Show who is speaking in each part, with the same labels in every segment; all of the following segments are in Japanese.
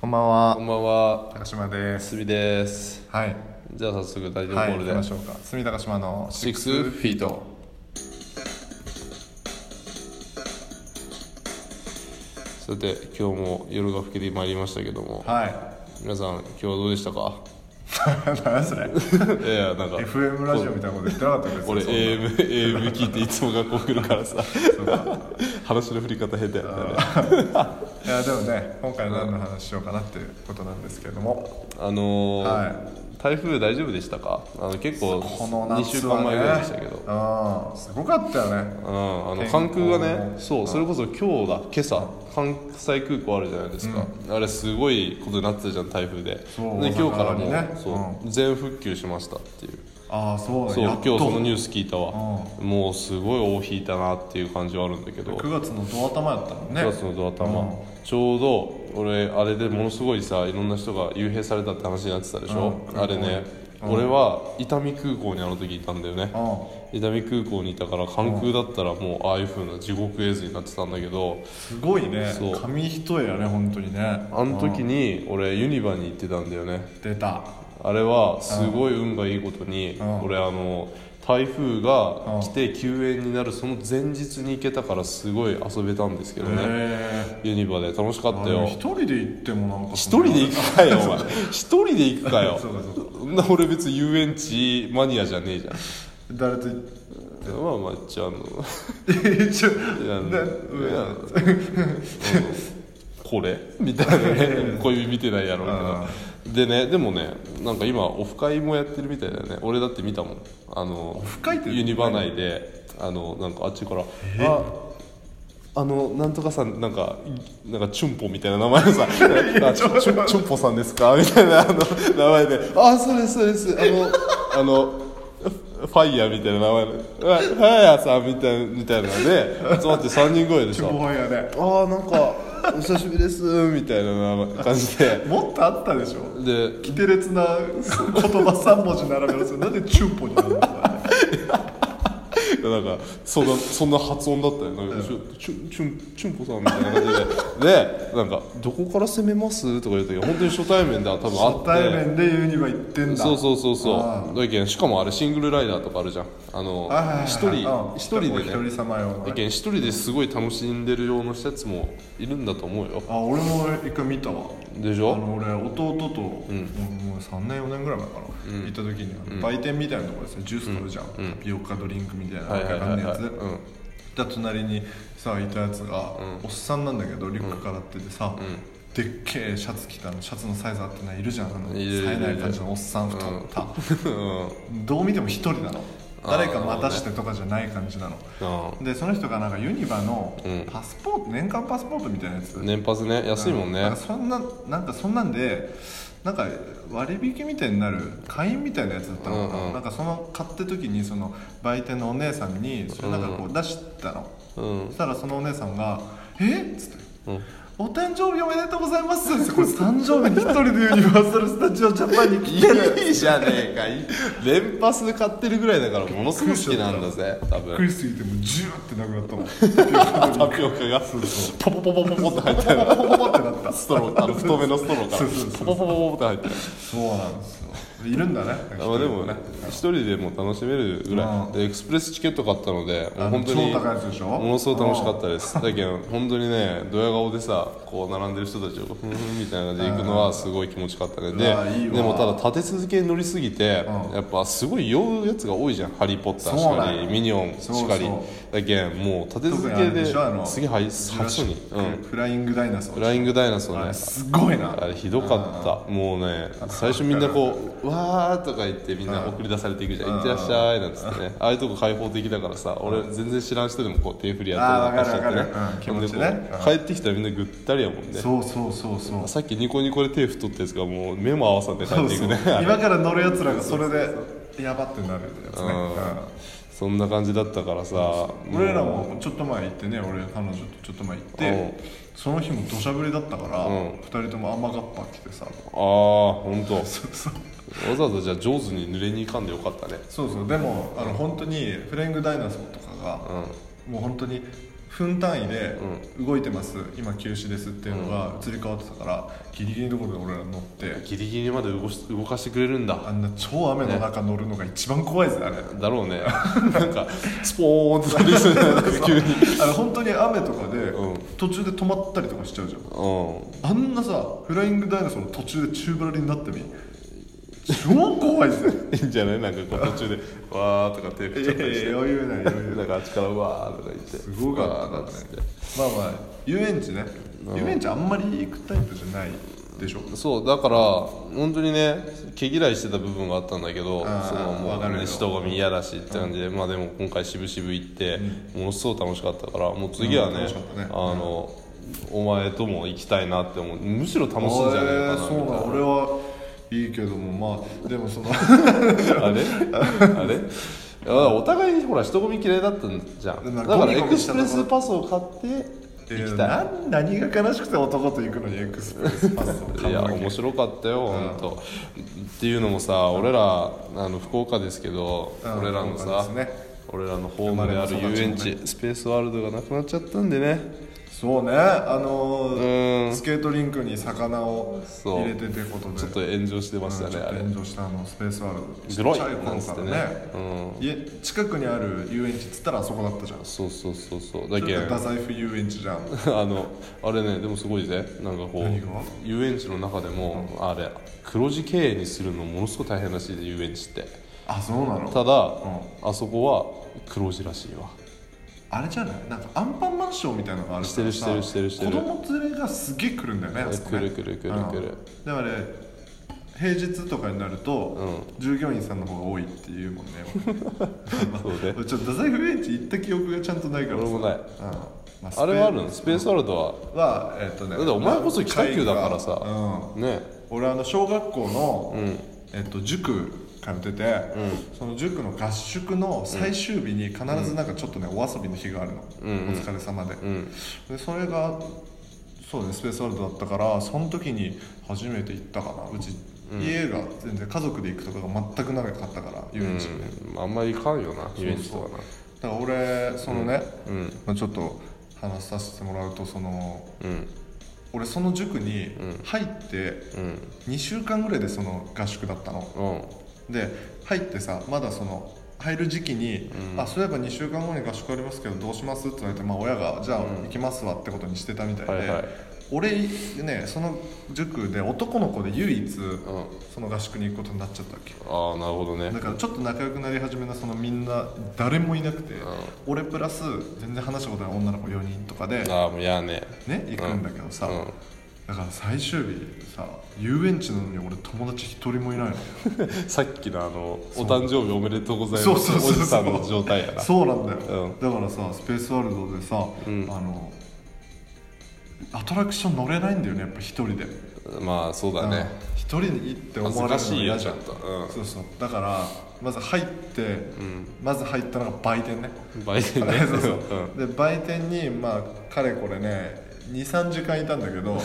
Speaker 1: こんばんは
Speaker 2: こんばんは、
Speaker 1: 高島です
Speaker 2: すびです。
Speaker 1: はい
Speaker 2: じゃあ早速タイトルコ
Speaker 1: はい
Speaker 2: ー
Speaker 1: 行
Speaker 2: ル
Speaker 1: き
Speaker 2: で、
Speaker 1: ましょうか隅田高島の
Speaker 2: シックスフィート。さて今日も夜が更けてまいりましたけども、
Speaker 1: はい
Speaker 2: 皆さん今日はどうでしたか？
Speaker 1: 何やそれ
Speaker 2: いやいやなんか
Speaker 1: FM ラジオみたいなこと言ってなかったけど
Speaker 2: 俺
Speaker 1: そんな
Speaker 2: AM AM 聞いていつも学校来るから さ、話の振り方下手やったよね。
Speaker 1: いやでもね今回何の話しようかなっていうことなんですけれども
Speaker 2: あのー
Speaker 1: は
Speaker 2: 台風大丈夫でしたか？あの結構
Speaker 1: この
Speaker 2: 2週
Speaker 1: 夏は
Speaker 2: 間
Speaker 1: ね
Speaker 2: 前ぐらいでしたけど。
Speaker 1: うんすごかったよね
Speaker 2: うん、あの
Speaker 1: 天候
Speaker 2: 関空がね
Speaker 1: も
Speaker 2: そうそれこそ今日だ今朝関西空港あるじゃないですか、あれすごいことになってたじゃん台風でで
Speaker 1: そう
Speaker 2: 今日からもう、
Speaker 1: 大阪にね
Speaker 2: そう全復旧しましたっていう
Speaker 1: ああそうだ
Speaker 2: そう
Speaker 1: や
Speaker 2: 今
Speaker 1: っ
Speaker 2: 日
Speaker 1: と
Speaker 2: そのニュース聞いたわ、もうすごい尾を引いたなっていう感じはあるんだけど
Speaker 1: 9月のど頭やったもんね
Speaker 2: クラスのドア玉、ちょうど俺あれでものすごいさいろんな人が幽閉されたって話になってたでしょ、
Speaker 1: うん
Speaker 2: あれね、俺は伊丹空港にあの時いたんだよね、
Speaker 1: う
Speaker 2: 伊丹空港にいたから関空だったらもうああいう風な地獄絵図になってたんだけど
Speaker 1: んすごいね
Speaker 2: そう
Speaker 1: 紙一重やね本当にね
Speaker 2: あの時に俺ユニバに行ってたんだよね
Speaker 1: 出た
Speaker 2: あれはすごい運がいいことに
Speaker 1: うん
Speaker 2: 俺あの台風が来て休園になるその前日に行けたからすごい遊べたんですけどね
Speaker 1: へ
Speaker 2: ユニバで楽しかっ
Speaker 1: え
Speaker 2: た
Speaker 1: でも
Speaker 2: よ
Speaker 1: 一人で行ってもなんか
Speaker 2: 一人で行くかよお前一人で行くかよ
Speaker 1: そうかそうか
Speaker 2: そんな俺別に遊園地マニアじゃねえじゃん
Speaker 1: 誰と行っ
Speaker 2: まあまあ一応あの
Speaker 1: て一応
Speaker 2: いや
Speaker 1: ね
Speaker 2: いや これみたいなね小指見てないやろうけどでねでもねなんか今オフ会もやってるみたいだよね俺だって見たもんあのオ
Speaker 1: フ会って
Speaker 2: ユニバ内であのなんかあっちからああのなんとかさんなんかなんかチュンポみ たいな名前のさあチュチュチュンポさんですか みたいなあの名前であそうですそうですあ のあのフファイヤーみたいな名前のファファイヤーさんみたいなみたいなので集まって3人声でさ
Speaker 1: もはやね
Speaker 2: ああなんかお久しぶりですみたいな感じで
Speaker 1: もっとあったでしょ
Speaker 2: で
Speaker 1: キテレツな言葉三文字並べるとなんでチュンポになるのか
Speaker 2: なんかそんなそんな発音だったよなんかちょちゅちゅんちゅんこさんみたいな感じででなんか「どこから攻めます?」とか言う時本当に初対面だ多分あって
Speaker 1: 初対面でユニバ行ってんだ
Speaker 2: そうそうそう
Speaker 1: あ
Speaker 2: そうだけんしかもあれシングルライダーとかあるじゃんあの
Speaker 1: はいはいはい
Speaker 2: 一人
Speaker 1: うん
Speaker 2: 一人
Speaker 1: お
Speaker 2: で
Speaker 1: 一
Speaker 2: ね
Speaker 1: 人様用の
Speaker 2: だけん一人ですごい楽しんでるような人たちもいるんだと思うよ
Speaker 1: あ俺も一回見たわ
Speaker 2: でし
Speaker 1: あ
Speaker 2: ょ
Speaker 1: の俺弟と、もう3年4年ぐらい前かな、行った時にあの売店みたいなところですねジュース取るじゃん、タピオカドリンクみたいなわ
Speaker 2: はい
Speaker 1: け
Speaker 2: はい
Speaker 1: わ
Speaker 2: は
Speaker 1: かん
Speaker 2: い
Speaker 1: ない
Speaker 2: はいう
Speaker 1: やつ
Speaker 2: ん
Speaker 1: だ隣にさいたやつが、おっさんなんだけどリュックからっててさ、でっけえシャツ着たのシャツのサイズ合ってないいるじゃんあの
Speaker 2: いるいる
Speaker 1: 冴えない感じのおっさん太った、 どう見ても一人なの
Speaker 2: あー
Speaker 1: 誰か待たしてとかじゃない感じなの
Speaker 2: あ
Speaker 1: でその人がなんかユニバの
Speaker 2: ん
Speaker 1: パスポート、年間パスポートみたいなやつ、
Speaker 2: ー年パスね安いもんね
Speaker 1: だからそんななんかそんなんでなんか割引みたいになる会員みたいなやつだったのかな,、
Speaker 2: うんうん
Speaker 1: なんかその買った時にその売店のお姉さんにそれなんかこう出したの、
Speaker 2: うん
Speaker 1: そしたらそのお姉さんが「えっ?」つって。
Speaker 2: うん
Speaker 1: お誕生日おめでとうございますってこれ誕生日に一人でユニバーサル・スタジオ・ジャパンに来てる
Speaker 2: いいじゃねえかい連パス買ってるぐらいだからものすごく好きなんだぜ多
Speaker 1: びっく
Speaker 2: 分
Speaker 1: りしすぎてもうジューってなくなったもん
Speaker 2: タピオカがポポポポポポって入ってる
Speaker 1: ポポポってなった
Speaker 2: ストローあの太めのストローか
Speaker 1: そうそう
Speaker 2: ら
Speaker 1: そう
Speaker 2: ポポポポポって入ってる
Speaker 1: そうなんですよいるんだね
Speaker 2: まあでもね一人でも楽しめるぐら
Speaker 1: うん
Speaker 2: いでエクスプレスチケット買ったのでも
Speaker 1: あ
Speaker 2: う
Speaker 1: の
Speaker 2: 本当に
Speaker 1: 超高いやつでしょ
Speaker 2: ものすごく楽しかったですだけど本当にねドヤ顔でさこう並んでる人たちをふんふんみたいな感じで行くのはすごい気持ちよかったね
Speaker 1: うわいい
Speaker 2: で
Speaker 1: わ
Speaker 2: でもただ立て続けに乗りすぎて
Speaker 1: うん
Speaker 2: やっぱすごい酔うやつが多いじゃん「ハリー・ポッター」
Speaker 1: そう
Speaker 2: し
Speaker 1: な
Speaker 2: か
Speaker 1: んよ
Speaker 2: りミニオンしか
Speaker 1: そう
Speaker 2: り
Speaker 1: そ
Speaker 2: だけんもう立て続
Speaker 1: 特にあ
Speaker 2: け
Speaker 1: れで
Speaker 2: で
Speaker 1: しょあの
Speaker 2: 次はい最初にう
Speaker 1: フラ
Speaker 2: ん
Speaker 1: フライングダイナソー
Speaker 2: フライングダイナソー
Speaker 1: あ
Speaker 2: ね
Speaker 1: れすごいな
Speaker 2: あれひどかったもうね最初みんなこう「わー」とか言ってみんな送り出されていくじゃん「いってらっしゃい」なんつってねああいうとこ開放的だからさ俺全然知らん人でもこう手振りやったりとかしちゃって
Speaker 1: あーわかるわかるうん
Speaker 2: ね
Speaker 1: 気持ちね
Speaker 2: ほんでこう帰ってきたらみんなぐったりやもんね
Speaker 1: そうそうそうそう
Speaker 2: さっきニコニコで手振っとったやつがもう目も合わさんで帰
Speaker 1: そ
Speaker 2: っ
Speaker 1: う
Speaker 2: てい
Speaker 1: そ
Speaker 2: く
Speaker 1: う
Speaker 2: ね
Speaker 1: 今から乗るやつらがそれでやばってなるやつね
Speaker 2: そんな感じだったからさ
Speaker 1: うん俺らもちょっと前行ってね俺彼女とちょっと前行ってその日も土砂降りだったから
Speaker 2: うん
Speaker 1: 二人とも雨がっぱ着てさ
Speaker 2: ああ本当。
Speaker 1: そうそう
Speaker 2: わざわざじゃあ上手に濡れに行かんでよかったね
Speaker 1: そうそうでもあの本当にフライングダイナソーとかがもう本当に分単位で動いてます、今休止ですっていうのが移り変わってたからギリギリのところで俺ら乗って
Speaker 2: ギリギリまで動し動かしてくれるん
Speaker 1: あ
Speaker 2: だ
Speaker 1: んな超雨の中乗るのが一番怖いぜあれ
Speaker 2: だろうねなんかスポーンってなりそうだよね 急に
Speaker 1: あれ本当に雨とかで
Speaker 2: うん
Speaker 1: 途中で止まったりとかしちゃうじゃん
Speaker 2: う
Speaker 1: あんなさフライングダイナソーの途中で宙ぶらりんになってみ超怖いぜ
Speaker 2: んいいんじゃないなんかこう 途中で「わー」とか手振っちゃったりして
Speaker 1: 余裕ない余裕
Speaker 2: なんかあっちから「わー」とか言って
Speaker 1: すごかった
Speaker 2: わー
Speaker 1: ね
Speaker 2: なんつって
Speaker 1: まあまあ遊園地ね遊園地あんまり行くタイプじゃないでしょ
Speaker 2: そうだから本当にね毛嫌いしてた部分があったんだけど
Speaker 1: あー
Speaker 2: そのも
Speaker 1: わか
Speaker 2: う、
Speaker 1: る
Speaker 2: ね、
Speaker 1: よ
Speaker 2: 人混み嫌だしって感じで、まあでも今回渋々行って、ものすごく楽しかったからもう次は
Speaker 1: うん
Speaker 2: ね,、
Speaker 1: 楽しかったね
Speaker 2: あの、お前とも行きたいなって思うむしろ楽しいんじゃないか
Speaker 1: あれ
Speaker 2: な
Speaker 1: そう
Speaker 2: み
Speaker 1: な
Speaker 2: た
Speaker 1: の
Speaker 2: い
Speaker 1: 俺はいいけどもまあで もその
Speaker 2: なあれ あれだからお互いにほら人混み嫌いだったんじゃん
Speaker 1: ま
Speaker 2: だ
Speaker 1: あ
Speaker 2: から
Speaker 1: ゴミ
Speaker 2: エ
Speaker 1: ゴ
Speaker 2: ク
Speaker 1: ミし
Speaker 2: ス
Speaker 1: た
Speaker 2: プ
Speaker 1: とこ
Speaker 2: レスパスを買って行きたい
Speaker 1: 何何が悲しくて男と行くのにエクスプレスパスを買うわけ
Speaker 2: いや面白かったよ本当、っていうのもさ俺らあの福岡ですけど、
Speaker 1: うん
Speaker 2: 俺らの
Speaker 1: 福岡
Speaker 2: さ、
Speaker 1: ですね
Speaker 2: 俺らのホームである
Speaker 1: 生まれも育
Speaker 2: 遊
Speaker 1: ちも
Speaker 2: 園
Speaker 1: ね
Speaker 2: 地、スペースワールドがなくなっちゃったんでね
Speaker 1: そうねあのー
Speaker 2: うん
Speaker 1: スケートリンクに魚を
Speaker 2: そう
Speaker 1: 入れてってことで
Speaker 2: ちょっと炎上してましたね、
Speaker 1: うんちょっ
Speaker 2: あ
Speaker 1: と
Speaker 2: れ
Speaker 1: 炎上したあのスペースワールド
Speaker 2: グロい
Speaker 1: ちっちゃ
Speaker 2: なん
Speaker 1: 頃
Speaker 2: つっ
Speaker 1: か
Speaker 2: て
Speaker 1: ら
Speaker 2: ね
Speaker 1: ね家近くにある遊園地っつったらあそこだったじゃん
Speaker 2: そうそうそうそうだ
Speaker 1: そ
Speaker 2: け
Speaker 1: れ
Speaker 2: ん
Speaker 1: が太宰府遊園地じゃん
Speaker 2: あのあれねでもすごいぜなんかこ
Speaker 1: 何が
Speaker 2: う遊園地の中でも、あれ黒字経営にするのものすごく大変らしいで遊園地って
Speaker 1: あそうなの
Speaker 2: ただ、あそこは黒字らしいわ
Speaker 1: あれじゃないなんかアンパンマンションみたいなのがあるからさ
Speaker 2: してるしてるしてるしてる
Speaker 1: 子供連れがすげえ来るんだよねあそこね
Speaker 2: 来る来る来る来る
Speaker 1: うんだからね平日とかになると、従業員さんの方が多いっていうもんね
Speaker 2: そう ね
Speaker 1: 俺ちょっと太宰府遊園地行った記憶がちゃんとないからさ
Speaker 2: 俺もない
Speaker 1: うんまあスペ
Speaker 2: あれはあるのスペースワールドは
Speaker 1: はえっ、とね
Speaker 2: だってお前こそ北九だからさ
Speaker 1: うん
Speaker 2: ね
Speaker 1: 俺あの小学校の、えっと、塾通ってて、その塾の合宿の最終日に必ずなんかちょっとね、お遊びの日があるの、お疲れ様で、でそれがそうねスペースワールドだったからその時に初めて行ったかなうち、家が全然家族で行くとかが全くなかったから遊園地ね、
Speaker 2: うん、あんまりいかんよな遊園地とかな
Speaker 1: だから俺そのね、
Speaker 2: うんうん
Speaker 1: まあ、ちょっと話させてもらうとその
Speaker 2: うん
Speaker 1: 俺その塾に入って
Speaker 2: うん
Speaker 1: 2週間ぐらいでその合宿だったの、
Speaker 2: うん
Speaker 1: で入ってさまだその入る時期に、あそういえば2週間後に合宿ありますけどどうしますって言われて、まあ、親がじゃあ行きますわってことにしてたみたいで、
Speaker 2: はいはい
Speaker 1: 俺ねその塾で男の子で唯一、
Speaker 2: うん
Speaker 1: その合宿に行くことになっちゃったわけ
Speaker 2: ああなるほどね
Speaker 1: だからちょっと仲良くなり始めたそのみんな誰もいなくて、俺プラス全然話したことない女の子4人とかで、
Speaker 2: ああもうやね
Speaker 1: ね行くんだけどさ、
Speaker 2: うん
Speaker 1: だから最終日さ遊園地なのに俺友達一人もいないの
Speaker 2: さっきのあのお誕生日おめでとうござい
Speaker 1: そう
Speaker 2: ます
Speaker 1: そうそ
Speaker 2: お
Speaker 1: うそう
Speaker 2: じさんの状態やな
Speaker 1: そうなんだよ、
Speaker 2: う
Speaker 1: だからさスペースワールドでさ、
Speaker 2: ん
Speaker 1: あのアトラクション乗れないんだよねやっぱ一人で
Speaker 2: まあそうだね
Speaker 1: うん一人に行って思われ
Speaker 2: 恥
Speaker 1: る
Speaker 2: ずか
Speaker 1: の
Speaker 2: しいよ
Speaker 1: 嫌
Speaker 2: ち
Speaker 1: じ
Speaker 2: ょ
Speaker 1: ゃ
Speaker 2: っ
Speaker 1: ん
Speaker 2: とうん
Speaker 1: そうそうだからまず入って、まず入ったのが売店ね
Speaker 2: 売店ね
Speaker 1: そうそう
Speaker 2: うん
Speaker 1: で売店にまあかれこれね23時間いたんだけど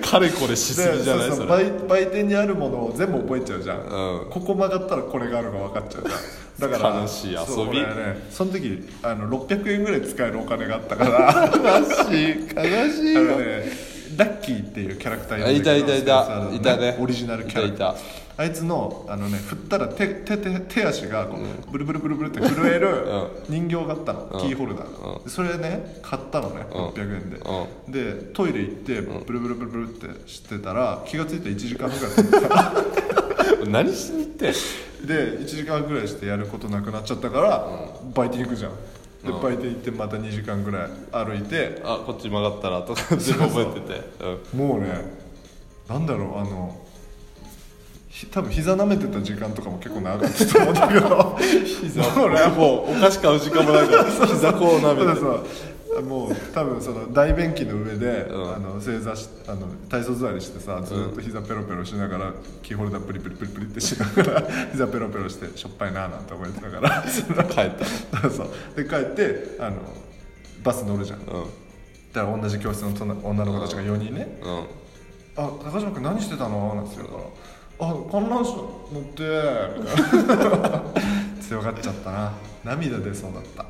Speaker 2: かれこれしすぎじゃない
Speaker 1: で
Speaker 2: そ
Speaker 1: そうそう
Speaker 2: れ
Speaker 1: 売売店にあるものを全部覚えちゃうじゃん、
Speaker 2: うん
Speaker 1: ここ曲がったらこれがあるのが分かっちゃうじゃ んだから
Speaker 2: 悲しい遊び
Speaker 1: そう俺ね、その時あの600円ぐらい使えるお金があったからあ
Speaker 2: 悲しい悲しい
Speaker 1: の
Speaker 2: よ
Speaker 1: ねラッキーっていうキャラクター
Speaker 2: いたいたいた
Speaker 1: スペースワールドの
Speaker 2: いたね
Speaker 1: オリジナルキャラクター
Speaker 2: いたい
Speaker 1: あいつのあのね振ったら手手手手足がこうブルブルブルブルって震 える人形があったの、キーホルダー、でそれね買ったのね600円で、
Speaker 2: うん
Speaker 1: でトイレ行ってブルブルブルブルってしてたら気が付いて1時間ぐらい経 ってた
Speaker 2: 何しに行ってん
Speaker 1: で1時間ぐらいしてやることなくなっちゃったから、バイト行くじゃんで、バイト行ってまた2時間ぐらい歩いて
Speaker 2: あこっち曲がったら とか全部覚えててうん
Speaker 1: もうねなんだろうあのひ多分膝舐めてた時間とかも結構長かったと思うんだけど膝もうね
Speaker 2: もうお菓子買う時間もないから膝こうなめ
Speaker 1: そう
Speaker 2: て
Speaker 1: そうもう多分その大便器の上で、
Speaker 2: うん
Speaker 1: あの正座しあの体操座りしてさずっと膝ペロペロしながらキーホルダープリプリプリプリってしながら 膝ペロペロしてしょっぱいなーなんて思いながら
Speaker 2: 帰った
Speaker 1: そうそうで帰ってあのバス乗るじゃんだ
Speaker 2: うん
Speaker 1: から同じ教室の隣女の子たちが4人ね
Speaker 2: うん
Speaker 1: 「あ高島君何してたの?」なんて言うから「あ観覧車乗って」みたいな連強がっちゃったな涙出そうだった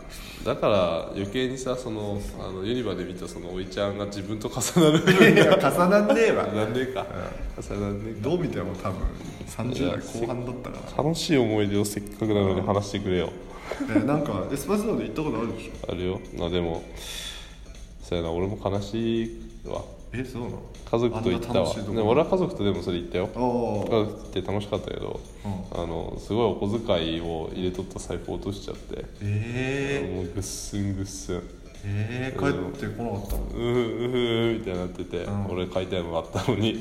Speaker 2: だから余計にさそのあのユニバで見たそのおいちゃんが自分と重なる部分
Speaker 1: いや
Speaker 2: が
Speaker 1: 重なんねえわ
Speaker 2: 重なんねえか、重なんねえか
Speaker 1: どう見ても多分30代後半だったか
Speaker 2: 楽しい思い出をせっかくなのに話してくれよ
Speaker 1: ら、えなんかエスパルソで行ったことあるでしょ
Speaker 2: あるよまあでもそうやな俺も悲しいわ
Speaker 1: えそうなの
Speaker 2: 家族と行った
Speaker 1: あんな
Speaker 2: わ
Speaker 1: 楽しいと
Speaker 2: でも
Speaker 1: こ
Speaker 2: 俺は家族とでもそれ行ったよ
Speaker 1: おー
Speaker 2: 家族って楽しかったけど、
Speaker 1: う
Speaker 2: あのすごいお小遣いを入れとった財布落としちゃって
Speaker 1: え
Speaker 2: もうぐっすんぐっすんう
Speaker 1: ー、えー、帰ってこなかったの
Speaker 2: ふうふうみたいになってて、
Speaker 1: ん
Speaker 2: 俺買いたいのがあったのに、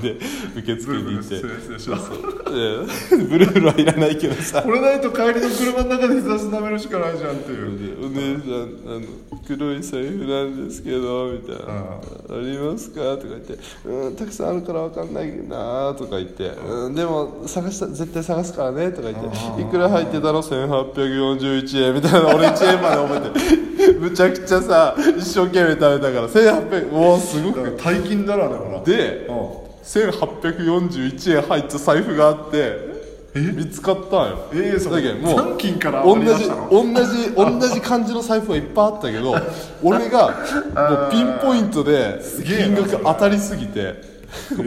Speaker 2: で受
Speaker 1: ブ
Speaker 2: 付
Speaker 1: ルブ
Speaker 2: に行
Speaker 1: ル
Speaker 2: って
Speaker 1: 失礼失礼します
Speaker 2: でブルールはいらないけどさ
Speaker 1: これないと帰りの車の中で日差し舐めるしかないじゃんっていう
Speaker 2: でお姉さんあの黒い財布なんですけどみたいな「ありますか?」とか言って「うんたくさんあるから分かんないな」とか言って「うんでも探した絶対探すからね」とか言って「いくら入ってたの1841円」みたいな俺1円まで覚えて むちゃくちゃさ一生懸命食べたから1800円おおすご
Speaker 1: だ
Speaker 2: く
Speaker 1: から大金だらだから
Speaker 2: で
Speaker 1: うん
Speaker 2: 1841円入った財布があって見つかったんよ
Speaker 1: ええそ
Speaker 2: だ
Speaker 1: の
Speaker 2: けどもう
Speaker 1: 三金から
Speaker 2: 同
Speaker 1: 割
Speaker 2: じ
Speaker 1: り出したの
Speaker 2: 同じ同じ感じの財布がいっぱいあったけど 俺がもうピンポイントで
Speaker 1: げえ
Speaker 2: 金
Speaker 1: な
Speaker 2: 額当たりすぎて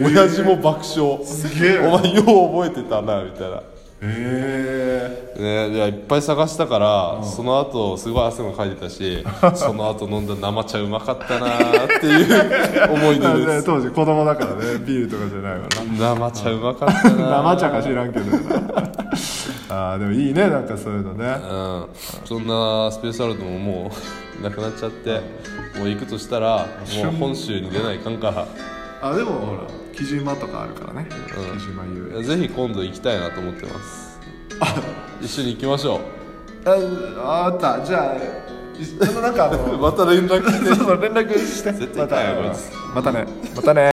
Speaker 2: 親父も爆笑
Speaker 1: すげえな
Speaker 2: お前よう覚えてたなみたいな
Speaker 1: え
Speaker 2: ね、いやいっぱい探したから、その後すごい汗もかいてた しその後飲んだ生茶うまかったなーっていう思 い
Speaker 1: えー、
Speaker 2: 出
Speaker 1: だ
Speaker 2: で
Speaker 1: ね
Speaker 2: す
Speaker 1: 当時子供だから ねビールとかじゃないか
Speaker 2: 生
Speaker 1: ら
Speaker 2: 茶うまかったなー
Speaker 1: 生茶か知らん けどあーでもいいねなんかそういうのね
Speaker 2: うん、そんなスペースワールドももうなくなっちゃってもう行くとしたらもう本州に出ないかんか
Speaker 1: あでもほら木島とかあるからね、木島遊
Speaker 2: ら
Speaker 1: 園
Speaker 2: ぜひ今度行きたいなと思ってます一緒に行きましょ
Speaker 1: ああったじゃあい ちょっとなんかあ
Speaker 2: う
Speaker 1: の
Speaker 2: また連絡して
Speaker 1: そうそう連絡して
Speaker 2: 絶対
Speaker 1: ま
Speaker 2: 行かんよ
Speaker 1: た
Speaker 2: こいつ
Speaker 1: またねまたね